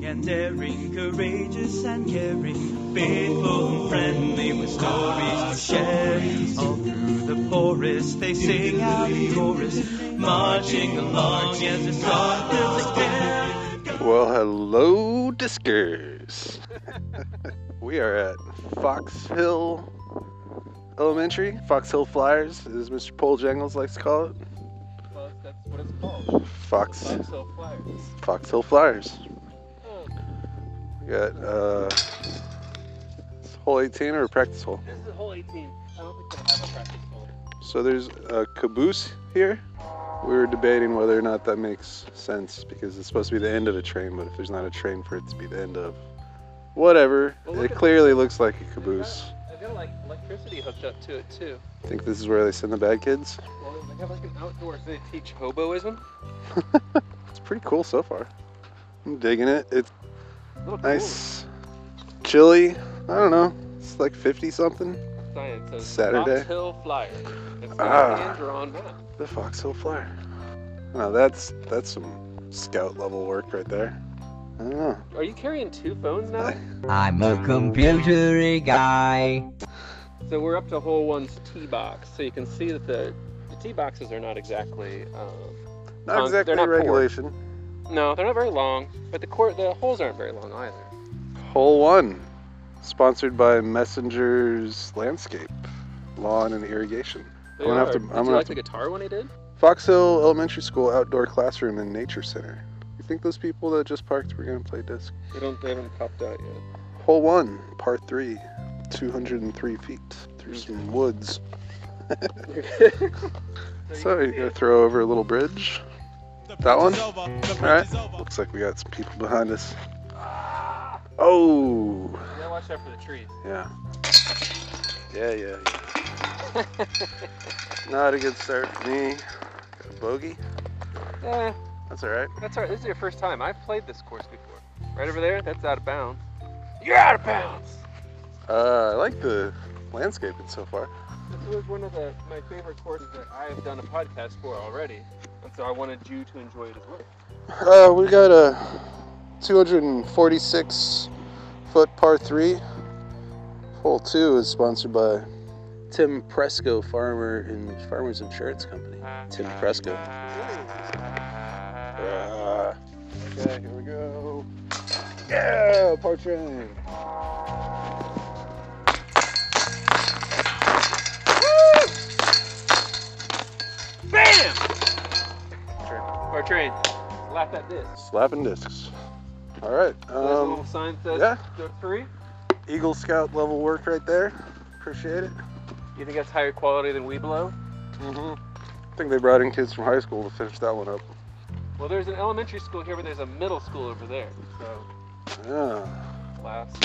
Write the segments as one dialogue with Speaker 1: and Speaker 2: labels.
Speaker 1: daring, courageous and caring, faithful and friendly with stories to share. All through the forest they sing out in chorus, marching along as their star fills the air.
Speaker 2: Well, hello, Discers. we are at Fox Hill Elementary. Fox Hill Flyers, as Mr. Paul Jangles likes to call it.
Speaker 3: Well, that's what it's called.
Speaker 2: Fox
Speaker 3: Foxhole Flyers.
Speaker 2: Fox Hill Flyers.
Speaker 3: Oh,
Speaker 2: We got uh, it's hole 18 or a practice hole.
Speaker 3: this is a whole 18. I don't think they have a practice hole.
Speaker 2: So there's a caboose here. We were debating whether or not that makes sense because it's supposed to be the end of a train, but if there's not a train for it to be the end of, whatever.
Speaker 3: Well, look
Speaker 2: it
Speaker 3: at-
Speaker 2: clearly looks like a caboose.
Speaker 3: I've got like electricity hooked up to it too.
Speaker 2: I think this is where they send the bad kids.
Speaker 3: Well, they have like an outdoor. They teach hoboism.
Speaker 2: It's pretty cool so far. I'm digging it. It's
Speaker 3: Little
Speaker 2: nice, chilly. I don't know. It's like 50 something.
Speaker 3: cool Science. So
Speaker 2: Saturday.
Speaker 3: Fox Hill Flyers. It's
Speaker 2: Ah.
Speaker 3: a hand-drawn map.
Speaker 2: The Foxhill Flyer. Now Oh, that's that's some scout level work right there. I don't know.
Speaker 3: Are you carrying two phones now?
Speaker 4: I'm a computery guy.
Speaker 3: so we're up to hole one's tee box. So you can see that the the tee boxes are not exactly. Um,
Speaker 2: Not
Speaker 3: Um,
Speaker 2: exactly
Speaker 3: they're not poor.
Speaker 2: regulation.
Speaker 3: no, they're not very long, but the court the holes aren't very long either.
Speaker 2: Hole one, sponsored by Messengers Landscape, Lawn and Irrigation.
Speaker 3: They
Speaker 2: I'm gonna have
Speaker 3: are.
Speaker 2: to- I'm
Speaker 3: Did
Speaker 2: gonna
Speaker 3: you
Speaker 2: have
Speaker 3: like
Speaker 2: to-
Speaker 3: the guitar one he did?
Speaker 2: Fox Hill Elementary School Outdoor Classroom and Nature Center. You think those people that just parked were gonna play disc?
Speaker 3: They don't. They haven't popped out yet.
Speaker 2: Hole one, part three, 203 feet through some woods. So you're gonna throw over a little bridge. That one? Alright. Looks like we got some people behind us. Oh,
Speaker 3: gotta watch out for the trees.
Speaker 2: yeah. Yeah, yeah, yeah. Not a good start for me. Got a bogey.
Speaker 3: Yeah,
Speaker 2: That's alright.
Speaker 3: Eh, that's all right. This is your first time. I've played this course before. Right over there, that's out of bounds. You're out of bounds!
Speaker 2: Uh, I like the landscaping so far.
Speaker 3: This was one of the, my favorite courses that I have done a podcast for already. And so I wanted you to enjoy it as well.
Speaker 2: Uh, we got a 246 foot par three. Hole two is sponsored by Tim Presco Farmer and Farmers Insurance Company. Tim Presco. Ah. okay, here we go. Yeah, par train.
Speaker 3: BAM! Or train. Slap at this.
Speaker 2: Slapping discs. All right.
Speaker 3: So this
Speaker 2: Um,
Speaker 3: little sign says
Speaker 2: yeah.
Speaker 3: go to three.
Speaker 2: Eagle Scout level work right there. Appreciate it.
Speaker 3: You think that's higher quality than Weeblow?
Speaker 2: Mm-hmm. I think they brought in kids from high school to finish that one up.
Speaker 3: Well, there's an elementary school here, but there's a middle school over there. So,
Speaker 2: Yeah.
Speaker 3: last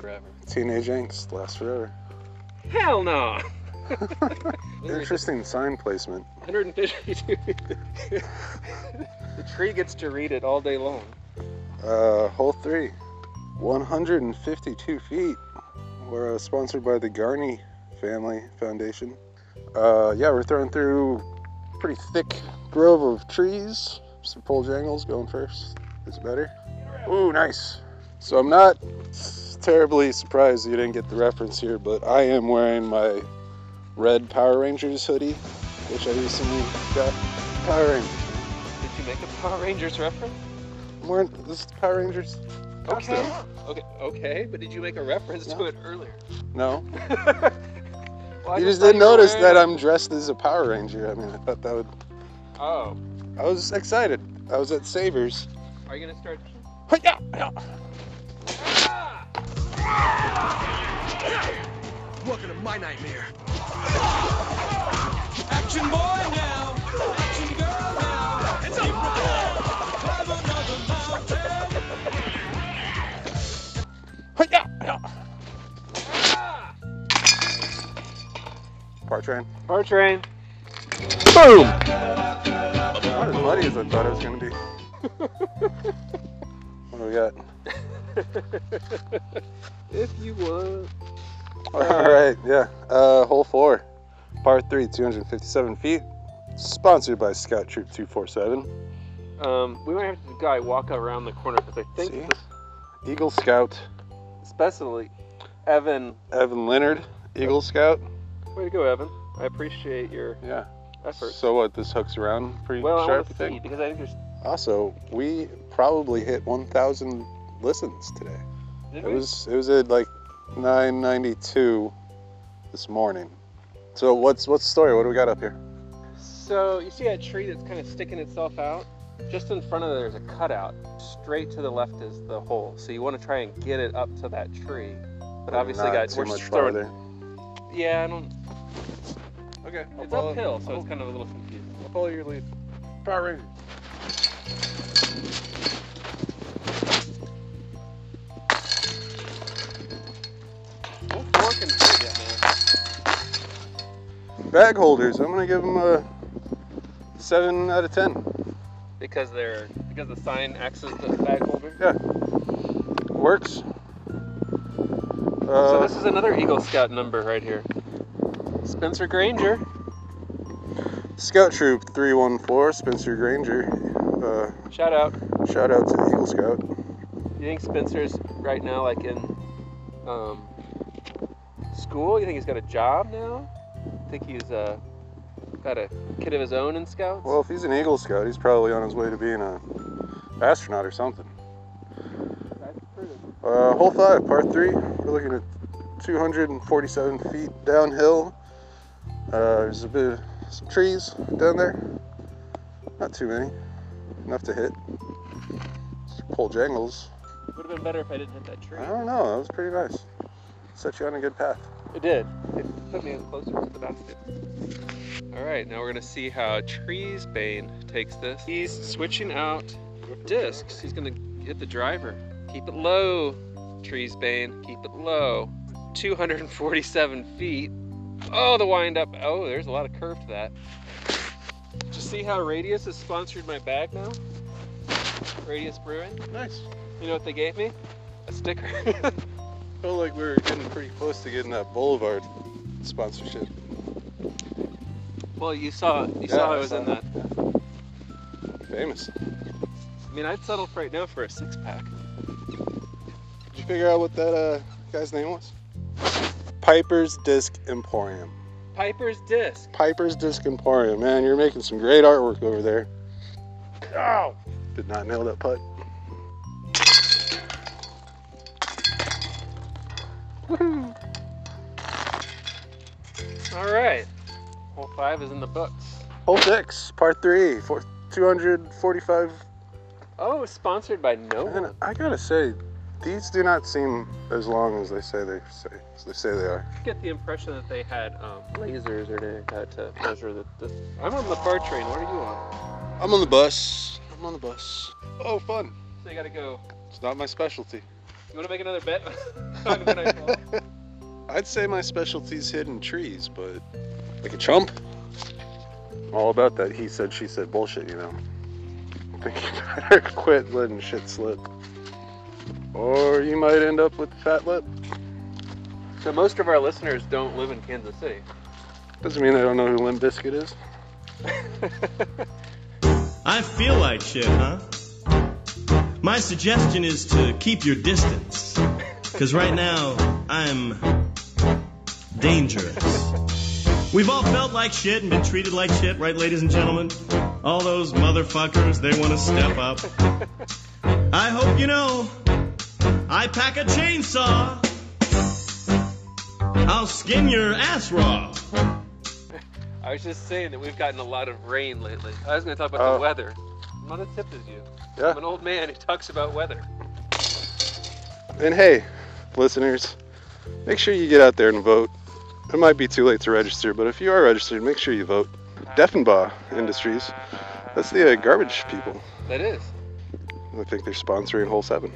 Speaker 3: forever.
Speaker 2: Teenage angst lasts forever.
Speaker 3: Hell no! There's
Speaker 2: Interesting sign placement.
Speaker 3: 152. the tree gets to read it all day long.
Speaker 2: Uh, hole three, 152 feet. We're uh, sponsored by the Garney Family Foundation. Uh, yeah, we're throwing through a pretty thick grove of trees. Some pole jangles going first. Is it better? Ooh, nice. So I'm not terribly surprised you didn't get the reference here, but I am wearing my red Power Rangers hoodie, which I recently got. Power Rangers.
Speaker 3: Did you make a Power Rangers reference?
Speaker 2: I'm wearing this is Power Rangers. costume.
Speaker 3: Okay. Okay. Okay. But did you make a reference to
Speaker 2: No.
Speaker 3: it earlier?
Speaker 2: No,
Speaker 3: Well, I
Speaker 2: you just
Speaker 3: thought
Speaker 2: didn't
Speaker 3: were
Speaker 2: notice
Speaker 3: wearing
Speaker 2: that
Speaker 3: a-
Speaker 2: I'm dressed as a Power Ranger. I mean, I thought that would.
Speaker 3: Oh.
Speaker 2: I was excited. I was at Savers.
Speaker 3: Are you gonna start?
Speaker 2: Hi-ya!
Speaker 3: Ah!
Speaker 1: Welcome to my nightmare. Action boy now. Action girl now. It's up. Climb another mountain.
Speaker 2: Hi-ya! Part train.
Speaker 3: Power train.
Speaker 2: Boom! Not as muddy as I thought it was gonna be. what do we got?
Speaker 3: if you would.
Speaker 2: All right, yeah. Uh, hole four, part three, 257 feet. Sponsored by Scout Troop 247.
Speaker 3: Um, we might have to have the guy walk around the corner because I think
Speaker 2: See?
Speaker 3: this
Speaker 2: Eagle Scout
Speaker 3: Especially Evan.
Speaker 2: Evan Leonard, Eagle Scout.
Speaker 3: Way to go, Evan. I appreciate your
Speaker 2: Yeah.
Speaker 3: efforts.
Speaker 2: So what? This hooks around pretty
Speaker 3: Well, I
Speaker 2: sharp.
Speaker 3: want to
Speaker 2: you
Speaker 3: see
Speaker 2: think?
Speaker 3: because I think there's.
Speaker 2: Also, we probably hit 1,000 listens today.
Speaker 3: Did
Speaker 2: It
Speaker 3: we?
Speaker 2: was it was at like 9:92 this morning. So what's what's the story? What do we got up here?
Speaker 3: So you see that tree that's kind of sticking itself out? Just in front of there is a cutout. Straight to the left is the hole. So you want to try and get it up to that tree. But obviously,
Speaker 2: Not
Speaker 3: got
Speaker 2: too
Speaker 3: we're
Speaker 2: much
Speaker 3: throwing.
Speaker 2: farther.
Speaker 3: Yeah, I don't.
Speaker 2: Okay,
Speaker 3: It's uphill, so it's kind of a little confusing.
Speaker 2: I'll follow your lead. Power Ranger.
Speaker 3: We'll fork and feed it, man.
Speaker 2: Bag holders. I'm gonna give them a seven out of ten.
Speaker 3: Because they're because the sign acts as the bag holder.
Speaker 2: Works.
Speaker 3: so
Speaker 2: Uh,
Speaker 3: this is another Eagle Scout number right here. Spencer Granger.
Speaker 2: Scout Troop 314, Spencer Granger. Uh,
Speaker 3: Shout out.
Speaker 2: shout out to the Eagle Scout.
Speaker 3: You think Spencer's right now like in um, school? You think he's got a job now? Think he's uh, got a kid of his own in scouts?
Speaker 2: Well, if he's an Eagle Scout, he's probably on his way to being a astronaut or something. Uh, hole five, part three. We're looking at 247 feet downhill. Uh, there's a bit of some trees down there. Not too many. Enough to hit. Just pull jangles.
Speaker 3: would have been better if I didn't hit that tree.
Speaker 2: I don't know. That was pretty nice. Set you on a good path.
Speaker 3: It did. It put me closer to the basket. All right, now we're gonna see how Trees Bane takes this. He's switching out discs. He's gonna hit the driver. Keep it low, Trees Bane. Keep it low. 247 feet. Oh, the wind up. Oh, there's a lot of curve to that. Did you see how Radius has sponsored my bag now? Radius Brewing.
Speaker 2: Nice.
Speaker 3: You know what they gave me? A sticker.
Speaker 2: Felt like we were getting pretty close to getting that Boulevard sponsorship.
Speaker 3: well, you saw you saw
Speaker 2: Yeah,
Speaker 3: I was
Speaker 2: I
Speaker 3: in
Speaker 2: saw
Speaker 3: that.
Speaker 2: Famous.
Speaker 3: I mean, I'd settle for right now for a six pack.
Speaker 2: Did you figure out what that uh, guy's name was? Piper's Disc Emporium.
Speaker 3: Piper's disc.
Speaker 2: Piper's Disc Emporium, man, you're making some great artwork over there. Ow! Did not nail that putt.
Speaker 3: All right. Hole five is in the books.
Speaker 2: Hole six, part three, four, 245.
Speaker 3: Oh, sponsored by no
Speaker 2: Man,
Speaker 3: one.
Speaker 2: I gotta say, these do not seem as long as they say they say as they say they are.
Speaker 3: I get the impression that they had um, lasers or they had to measure the. the... I'm on the far train. What are you on?
Speaker 2: I'm on the bus. I'm on the bus. Oh, fun.
Speaker 3: So you gotta go.
Speaker 2: It's not my specialty.
Speaker 3: You wanna make another bet? On when I fall?
Speaker 2: I'd say my specialty's hidden trees, but like a chump. All about that he said she said bullshit, you know. I think you better quit letting shit slip. Or you might end up with fat lip.
Speaker 3: so most of our listeners don't live in Kansas City.
Speaker 2: Doesn't mean I don't know who Limp Biscuit is.
Speaker 1: I feel like shit, huh? My suggestion is to keep your distance. Because right now, I'm dangerous. We've all felt like shit and been treated like shit, right, ladies and gentlemen? All those motherfuckers, they want to step up. I hope you know, I pack a chainsaw. I'll skin your ass raw.
Speaker 3: I was just saying that we've gotten a lot of rain lately. I was gonna talk about
Speaker 2: Oh.
Speaker 3: the weather. I'm not as tipped as you.
Speaker 2: Yeah.
Speaker 3: I'm an old man who talks about weather.
Speaker 2: And hey, listeners, make sure you get out there and vote. It might be too late to register, but if you are registered, make sure you vote. Deffenbaugh Industries. That's the uh, garbage people.
Speaker 3: That is.
Speaker 2: I think they're sponsoring Hole 7.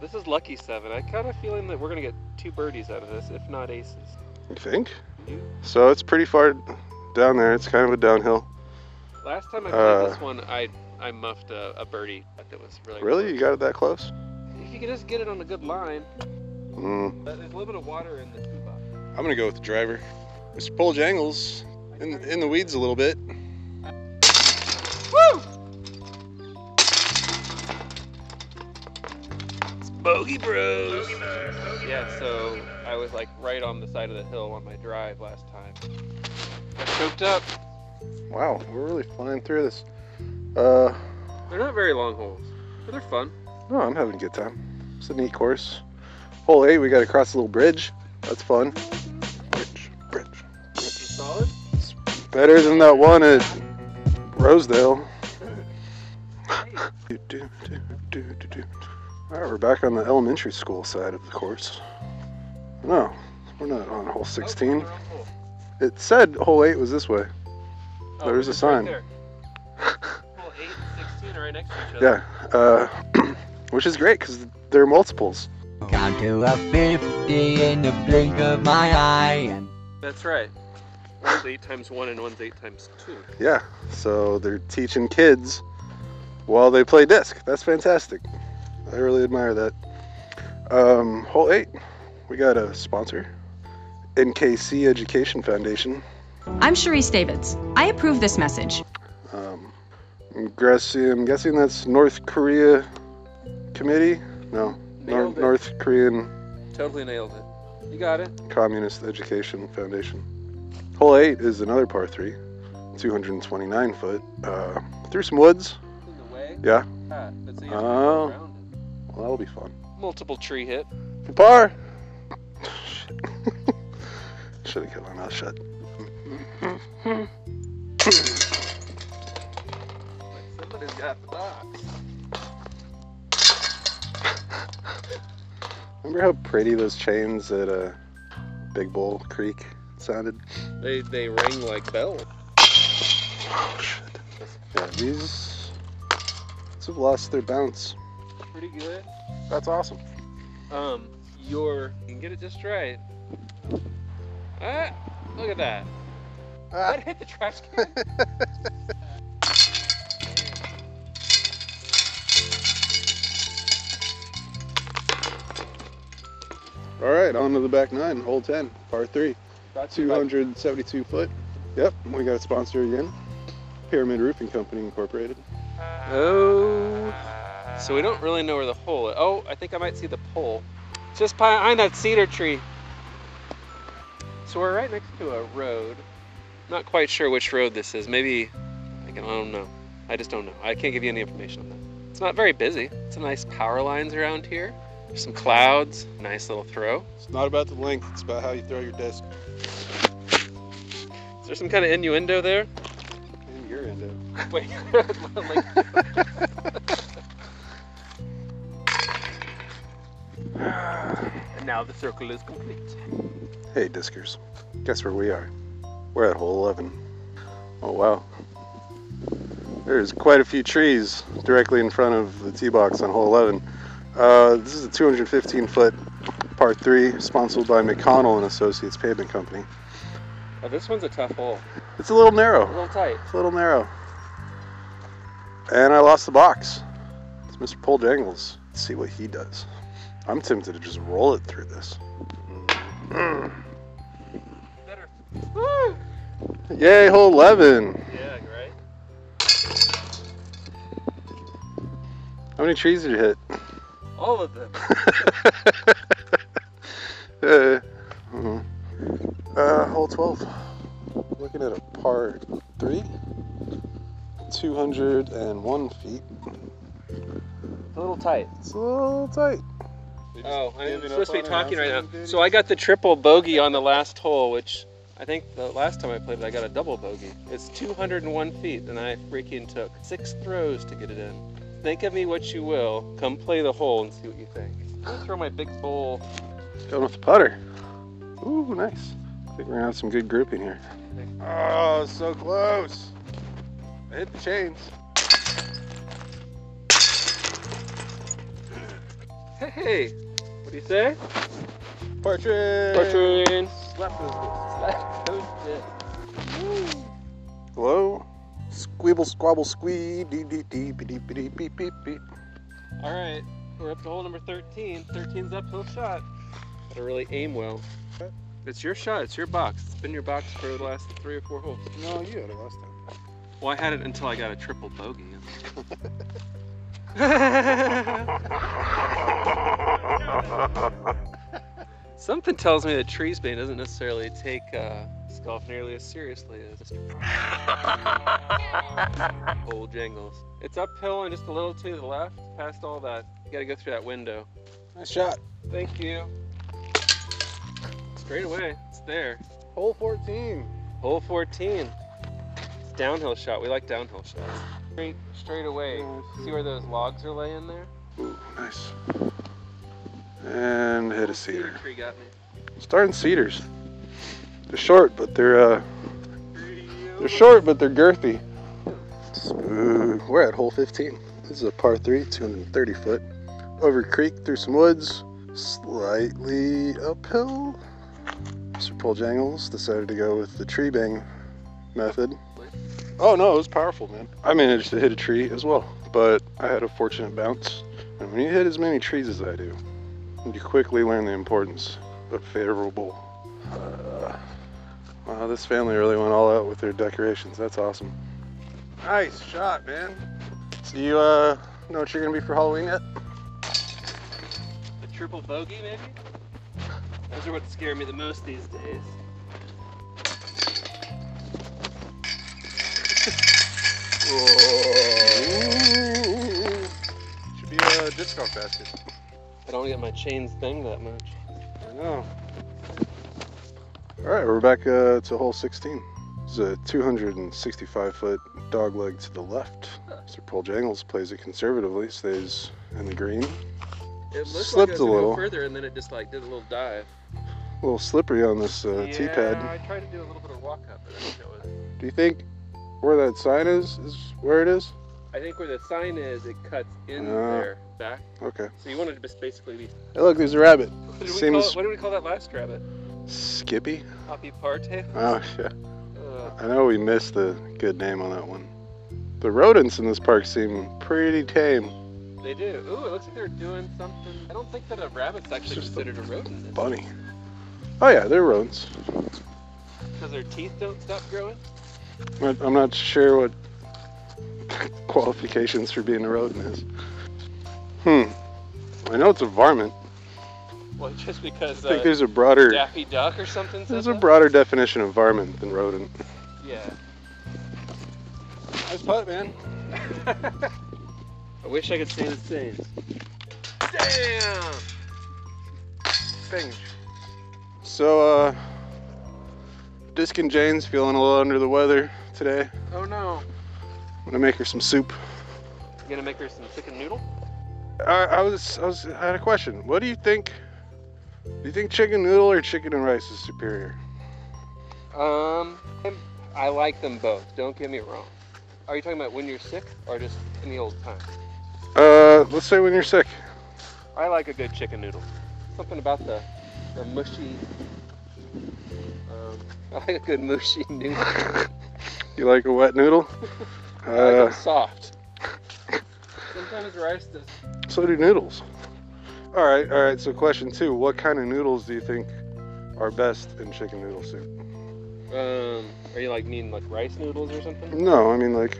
Speaker 3: This is lucky seven. I kind of feeling that we're gonna get two birdies out of this, if not aces.
Speaker 2: You think?
Speaker 3: Yeah.
Speaker 2: So it's pretty far down there. It's kind of a downhill.
Speaker 3: Last time I played
Speaker 2: Uh.
Speaker 3: this one, I I muffed a, a birdie that was really
Speaker 2: Really? You got it that close?
Speaker 3: If you could just get it on a good line,
Speaker 2: Mm.
Speaker 3: but there's a little bit of water in the tee box.
Speaker 2: I'm gonna go with the driver. Mr. Paul Jangles in in the weeds a little bit.
Speaker 3: Woo! Bogey Bros. Yeah, so I was like right on the side of the hill on my drive last time. Got choked up.
Speaker 2: Wow, we're really flying through this. Uh,
Speaker 3: They're not very long holes, but they're fun.
Speaker 2: no, I'm having a good time. It's a neat course. Hole eight, we got to cross a little bridge. That's fun. Bridge, bridge.
Speaker 3: Solid. Oh,
Speaker 2: Better than that one at Rosedale. Do, do, do, do, do, do. All right, we're back on the elementary school side of the course. No, we're not on hole 16. It said hole eight was this way.
Speaker 3: Oh,
Speaker 2: There is a sign.
Speaker 3: Hole 8 and 16 are right next to each other.
Speaker 2: Yeah, uh, which is great because they're multiples.
Speaker 4: Count to a 50 in the blink of my eye. And
Speaker 3: That's right. One's 8 times 1 and one's 8 times 2.
Speaker 2: Yeah, so they're teaching kids while they play disc. That's fantastic. I really admire that. Um, hole eight, we got a sponsor, NKC Education Foundation.
Speaker 5: I'm Cherise Davids. I approve this message.
Speaker 2: Um, I'm, guessing, I'm guessing that's North Korea Committee. No, Nor-
Speaker 3: Nailed it.
Speaker 2: North Korean
Speaker 3: Totally nailed it. You got it.
Speaker 2: Communist Education Foundation. Hole eight is another par three, 229 foot, uh, through some woods.
Speaker 3: In the way.
Speaker 2: Yeah.
Speaker 3: Ah, but so you have to
Speaker 2: Oh.
Speaker 3: go around
Speaker 2: Well, that'll be fun.
Speaker 3: it. Multiple tree hit.
Speaker 2: For par. Should have kept my mouth shut.
Speaker 3: Like somebody's got the box.
Speaker 2: Remember how pretty those chains at uh, Big Bull Creek sounded?
Speaker 3: They, they ring like bells.
Speaker 2: Oh, shit. Yeah, these, these have lost their bounce.
Speaker 3: Pretty good.
Speaker 2: That's awesome.
Speaker 3: Um, your you can get it just right. Ah, look at that.
Speaker 2: Ah.
Speaker 3: That hit the trash can.
Speaker 2: All right, on to the back nine, hole 10, par three,
Speaker 3: Brought to you by
Speaker 2: 272 foot. Yep, we got a sponsor again Pyramid Roofing Company Incorporated.
Speaker 3: Oh. So we don't really know where the hole is. Oh, I think I might see the pole. It's Just behind that cedar tree. So we're right next to a road. Not quite sure which road this is. Maybe, I, can, I don't know. I just don't know. I can't give you any information on that. It's not very busy. Some nice power lines around here. There's some clouds. Nice little throw.
Speaker 2: It's not about the length, it's about how you throw your disc.
Speaker 3: Is there some kind of innuendo there?
Speaker 2: And you're into it.
Speaker 3: Wait, like, and now the circle is complete.
Speaker 2: Hey, Diskers. Guess where we are? We're at hole 11. Oh, wow. There's quite a few trees directly in front of the tee box on hole 11. Uh, this is a 215 foot part three, sponsored by McConnell and Associates Pavement Company.
Speaker 3: Oh, this one's a tough hole.
Speaker 2: It's a little
Speaker 3: A
Speaker 2: narrow.
Speaker 3: little tight.
Speaker 2: It's a little narrow. And I lost the box. It's Mr. Paul Jangles. Let's see what he does. I'm tempted to just roll it through this.
Speaker 3: Better.
Speaker 2: Yay, hole 11.
Speaker 3: Yeah, right?
Speaker 2: How many trees did you hit?
Speaker 3: All of them.
Speaker 2: uh, mhm. Uh, hole 12. Looking at a par 3. 201 feet.
Speaker 3: A little tight.
Speaker 2: It's a little tight.
Speaker 3: Oh, I'm supposed to be talking right now. So I got the triple bogey on the last hole, which I think the last time I played it, I got a double bogey. It's 201 feet, and I freaking took six throws to get it in. Think of me what you will. Come play the hole and see what you think. I'm gonna throw my big bowl.
Speaker 2: Going with the putter. Ooh, nice. I think we're gonna have some good grouping here. Oh, so close. I hit the chains.
Speaker 3: Hey, what do you say?
Speaker 2: Partridge.
Speaker 3: Cartoon. Slap those bits. Slap those bits.
Speaker 2: Hello. Squibble, squabble, squee. Dee, dee, dee, be, dee, be, dee, beep, beep, beep.
Speaker 3: All right, we're up to hole number 13. 13's uphill shot. Gotta really aim well. It's your shot. It's your box. It's been your box for the last three or four holes.
Speaker 2: No, you had it last time.
Speaker 3: Well, I had it until I got a triple bogey. Something tells me that Treesbane doesn't necessarily take uh, Sculf nearly as seriously as old Jangles. It's uphill and just a little to the left, past all that. You gotta go through that window.
Speaker 2: nice shot.
Speaker 3: Thank you. Straight away, it's there.
Speaker 2: Hole 14.
Speaker 3: Hole 14. It's downhill shot. We like downhill shots. Straight, straight away. See where those logs are laying there?
Speaker 2: Ooh, nice. And hit a cedar.
Speaker 3: tree got me.
Speaker 2: Starting cedars. They're short, but they're uh, they're short, but they're girthy. Ooh, we're at hole 15. This is a par three, 230 foot, over creek through some woods, slightly uphill. Mr. Paul Jangles decided to go with the tree bang method. Oh no, it was powerful, man. I managed to hit a tree as well, but I had a fortunate bounce. And when you hit as many trees as I do, you quickly learn the importance of favorable. Uh, wow, this family really went all out with their decorations. That's awesome. Nice shot, man. So you uh, know what you're gonna be for Halloween yet?
Speaker 3: A triple bogey, maybe? Those are what scare me the most these days.
Speaker 2: Should be a disc golf basket.
Speaker 3: I don't get my chains thing that much.
Speaker 2: I know. All right, we're back uh, to hole 16. It's a 265 foot dog leg to the left. Sir Paul Jangles plays it conservatively, stays in the green.
Speaker 3: It looked
Speaker 2: Slipped
Speaker 3: like I was
Speaker 2: a
Speaker 3: gonna
Speaker 2: little.
Speaker 3: Go further, and then it just like did a little dive.
Speaker 2: A little slippery on this uh,
Speaker 3: yeah,
Speaker 2: tee pad.
Speaker 3: I tried to do a little bit of walk up, but I didn't go with it.
Speaker 2: Do you think where that sign is is where it is?
Speaker 3: I think where the sign is, it cuts in
Speaker 2: Ah.
Speaker 3: there back.
Speaker 2: Okay.
Speaker 3: So you wanted to just basically be.
Speaker 2: Hey, look, there's a rabbit.
Speaker 3: What did, we call,
Speaker 2: Seems-
Speaker 3: it- what did we call that last rabbit?
Speaker 2: Skippy?
Speaker 3: Poppy Parte?
Speaker 2: Oh, yeah.
Speaker 3: Uh,
Speaker 2: I know we missed the good name on that one. The rodents in this park seem pretty tame.
Speaker 3: they do. Ooh, it looks like they're doing something. I don't think that a rabbit's actually
Speaker 2: just
Speaker 3: considered a rodent
Speaker 2: Bunny. Oh, yeah, they're rodents.
Speaker 3: because their teeth don't stop growing.
Speaker 2: But I'm not sure what qualifications for being a rodent is. Hmm. I know it's a varmint.
Speaker 3: Well, just because
Speaker 2: I think
Speaker 3: uh,
Speaker 2: there's a broader
Speaker 3: Daffy Duck or something.
Speaker 2: there's
Speaker 3: says
Speaker 2: a
Speaker 3: that?
Speaker 2: broader definition of varmint than rodent.
Speaker 3: Yeah.
Speaker 2: Nice putt, man.
Speaker 3: I wish I could say the same. Damn!
Speaker 2: Bang. So, uh, Disc and Jane's feeling a little under the weather today.
Speaker 3: Oh no.
Speaker 2: I'm gonna make her some soup.
Speaker 3: You gonna make her some chicken noodle?
Speaker 2: I, I was, I was, I had a question. What do you think? Do you think chicken noodle or chicken and rice is superior?
Speaker 3: Um, I'm- I like them both. Don't get me wrong. Are you talking about when you're sick or just in the old times?
Speaker 2: Uh, let's say when you're sick.
Speaker 3: I like a good chicken noodle. Something about the, the mushy. Um, I like a good mushy noodle.
Speaker 2: You like a wet noodle?
Speaker 3: I like
Speaker 2: Uh,
Speaker 3: them soft. Sometimes rice does.
Speaker 2: so do noodles. All right, all right. So question two: What kind of noodles do you think are best in chicken noodle soup?
Speaker 3: Um, are you like mean like rice noodles or something?
Speaker 2: No, I mean like,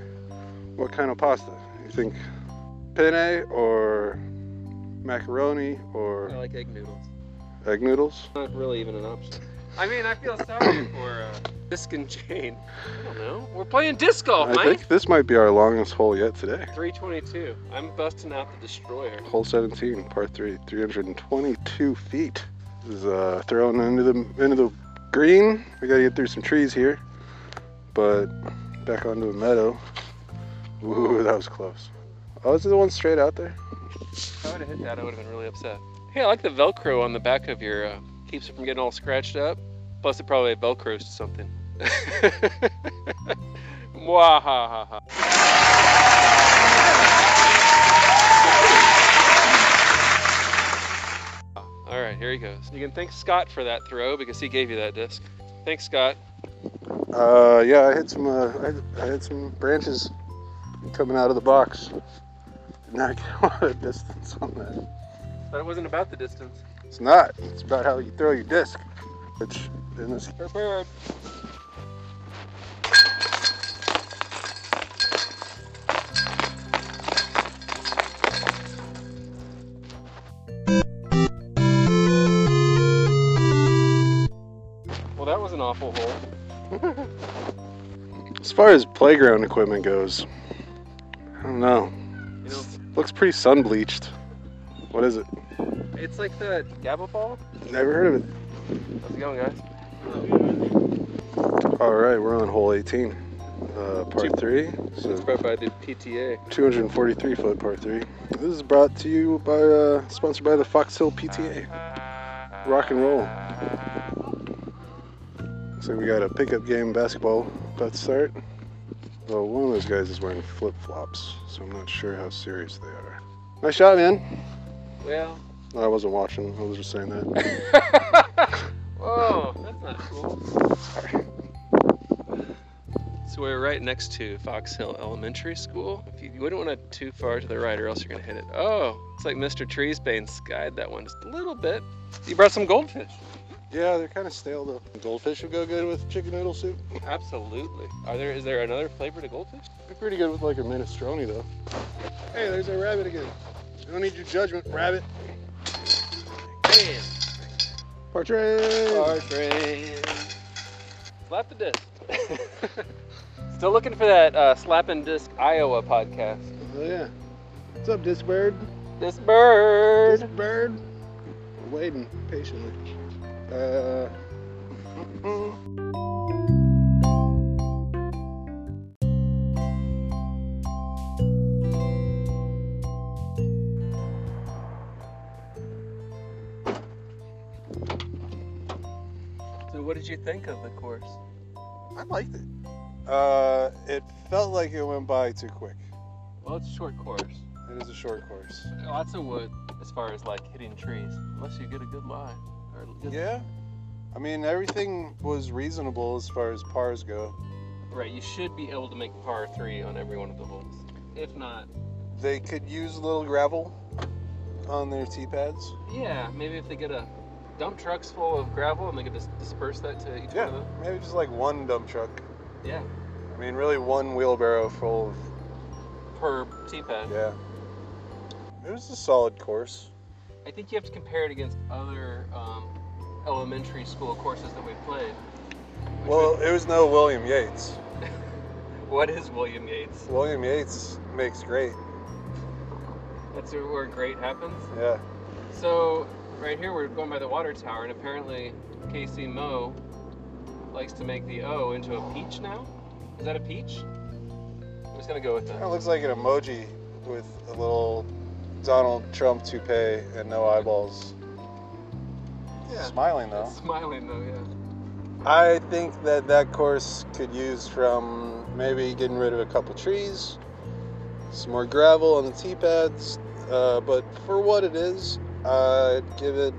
Speaker 2: what kind of pasta? You think penne or macaroni
Speaker 3: I
Speaker 2: or
Speaker 3: like egg noodles.
Speaker 2: egg noodles?
Speaker 3: Not really even an option. I mean, I feel sorry for uh, Disc and Jane. I don't know. We're playing disc golf,
Speaker 2: I
Speaker 3: mate.
Speaker 2: think this might be our longest hole yet today.
Speaker 3: 322. I'm busting out the destroyer.
Speaker 2: Hole 17, par 3, 322 feet. This is uh, thrown into the into the green. We gotta get through some trees here, but back onto the meadow. Ooh, that was close. Oh, is it the one straight out there?
Speaker 3: If I would have hit that, I would have been really upset. Hey, I like the Velcro on the back of your. Uh, keeps it from getting all scratched up. Plus, it probably Velcros to something. Mwahaha. All right, here he goes. You can thank Scott for that throw because he gave you that disc. Thanks, Scott.
Speaker 2: Uh, yeah, I hit some uh, I, hit- I hit some branches coming out of the box. Did not get a lot of distance on that.
Speaker 3: But it wasn't about the distance.
Speaker 2: It's not. It's about how you throw your disc, which in this
Speaker 3: Prepared. awful hole.
Speaker 2: As far as playground equipment goes, I don't know.
Speaker 3: You know,
Speaker 2: Looks pretty sun bleached. What is it?
Speaker 3: it's like the gavel ball.
Speaker 2: Never heard of it.
Speaker 3: How's it going, guys?
Speaker 2: All right, we're on hole 18, uh, part three. So
Speaker 3: It's brought by the PTA.
Speaker 2: 243 foot par three. This is brought to you by, uh, sponsored by the Fox Hill PTA. Rock and roll. So we got a pickup game basketball about to start. Well, one of those guys is wearing flip flops, so I'm not sure how serious they are. Nice shot, man.
Speaker 3: Well.
Speaker 2: No, I wasn't watching. I was just saying that.
Speaker 3: Whoa, that's not cool. So we're right next to Fox Hill Elementary School. If you, you wouldn't want to too far to the right, or else you're gonna hit it. Oh, it's like Mr. Treesbane skied that one just a little bit. You brought some goldfish.
Speaker 2: Yeah, they're kind of stale though. Goldfish would go good with chicken noodle soup.
Speaker 3: Absolutely. Are there? Is there another flavor to goldfish?
Speaker 2: Be pretty good with like a minestrone though. Hey, there's our rabbit again. I don't need your judgment, rabbit.
Speaker 3: Man,
Speaker 2: Partridge.
Speaker 3: Partridge. Slap the disc. Still looking for that uh, slap and disc Iowa podcast.
Speaker 2: Oh yeah. What's up, disc bird?
Speaker 3: This bird.
Speaker 2: Disc bird. We're waiting patiently. Uh.
Speaker 3: So, what did you think of the course?
Speaker 2: I liked it. Uh, it felt like it went by too quick.
Speaker 3: Well, it's a short course.
Speaker 2: It is a short course.
Speaker 3: Lots of wood as far as like hitting trees, unless you get a good line. Or good,
Speaker 2: Yeah. I mean, everything was reasonable as far as pars go.
Speaker 3: Right, you should be able to make par three on every one of the holes. If not,
Speaker 2: They could use a little gravel on their tee pads.
Speaker 3: yeah, maybe if they get a dump trucks full of gravel and they could just disperse that to each
Speaker 2: Yeah.
Speaker 3: one of them.
Speaker 2: Maybe just like one dump truck.
Speaker 3: Yeah,
Speaker 2: I mean, really one wheelbarrow full of
Speaker 3: per tee pad.
Speaker 2: Yeah. It was a solid course.
Speaker 3: I think you have to compare it against other um, elementary school courses that we've played. which
Speaker 2: Well, it was no William Yates.
Speaker 3: would- what is William Yates?
Speaker 2: William Yates makes great.
Speaker 3: That's where great happens.
Speaker 2: Yeah.
Speaker 3: So right here we're going by the water tower, and apparently Casey Moe likes to make the O into a peach now. Is that a peach? I'm just gonna go with
Speaker 2: Kind of
Speaker 3: that.
Speaker 2: looks like an emoji with a little Donald Trump toupee and no eyeballs.
Speaker 3: Yeah.
Speaker 2: Smiling though.
Speaker 3: It's smiling though, yeah.
Speaker 2: I think that that course could use from maybe getting rid of a couple trees, some more gravel on the tee pads. Uh, but for what it is, I'd give it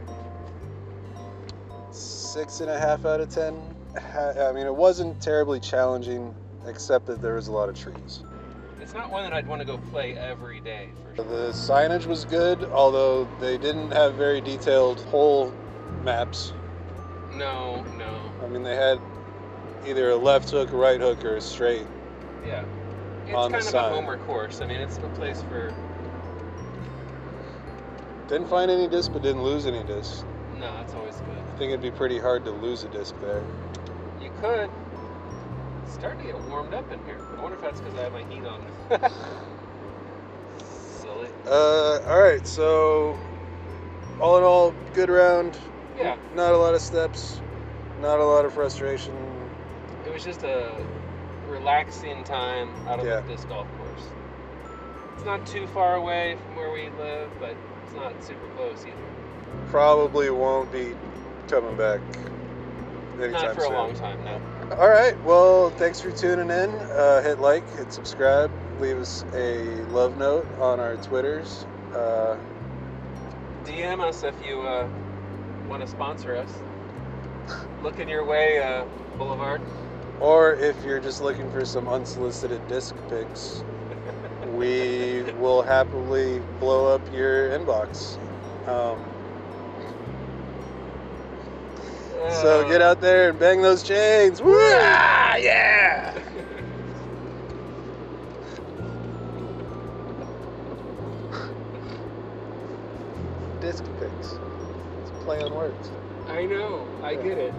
Speaker 2: six and a half out of ten. Ha- I mean, it wasn't terribly challenging, except that there was a lot of trees.
Speaker 3: It's not one that I'd want to go play every day for sure.
Speaker 2: The signage was good, although they didn't have very detailed hole maps.
Speaker 3: No, no.
Speaker 2: I mean, they had either a left hook, right hook, or a straight.
Speaker 3: Yeah. It's
Speaker 2: On the
Speaker 3: kind of
Speaker 2: side.
Speaker 3: a homer course. I mean it's a place for
Speaker 2: Didn't find any disc, but didn't lose any disc.
Speaker 3: no, it's always
Speaker 2: I
Speaker 3: good.
Speaker 2: think it'd be pretty hard to lose a disc there.
Speaker 3: You could it's starting to get warmed up in here. I wonder if that's because I have my heat on. Silly.
Speaker 2: Uh, all right. So, all in all, good round.
Speaker 3: Yeah.
Speaker 2: Not a lot of steps. Not a lot of frustration.
Speaker 3: It was just a relaxing time out of
Speaker 2: Yeah.
Speaker 3: this golf course. It's not too far away from where we live, but it's not super close either.
Speaker 2: Probably won't be coming back anytime
Speaker 3: Not for
Speaker 2: soon.
Speaker 3: a long time, no.
Speaker 2: All right. Well, thanks for tuning in. Uh, hit like, hit subscribe, leave us a love note on our Twitters. Uh,
Speaker 3: DM us if you uh, want to sponsor us. Looking your way, uh, Boulevard.
Speaker 2: Or if you're just looking for some unsolicited disc pics, we will happily blow up your inbox. Um, so
Speaker 3: Uh.
Speaker 2: get out there and bang those chains. Woo! Ah, yeah! disc pics. It's a play on words.
Speaker 3: I know. I
Speaker 2: Yeah.
Speaker 3: get it.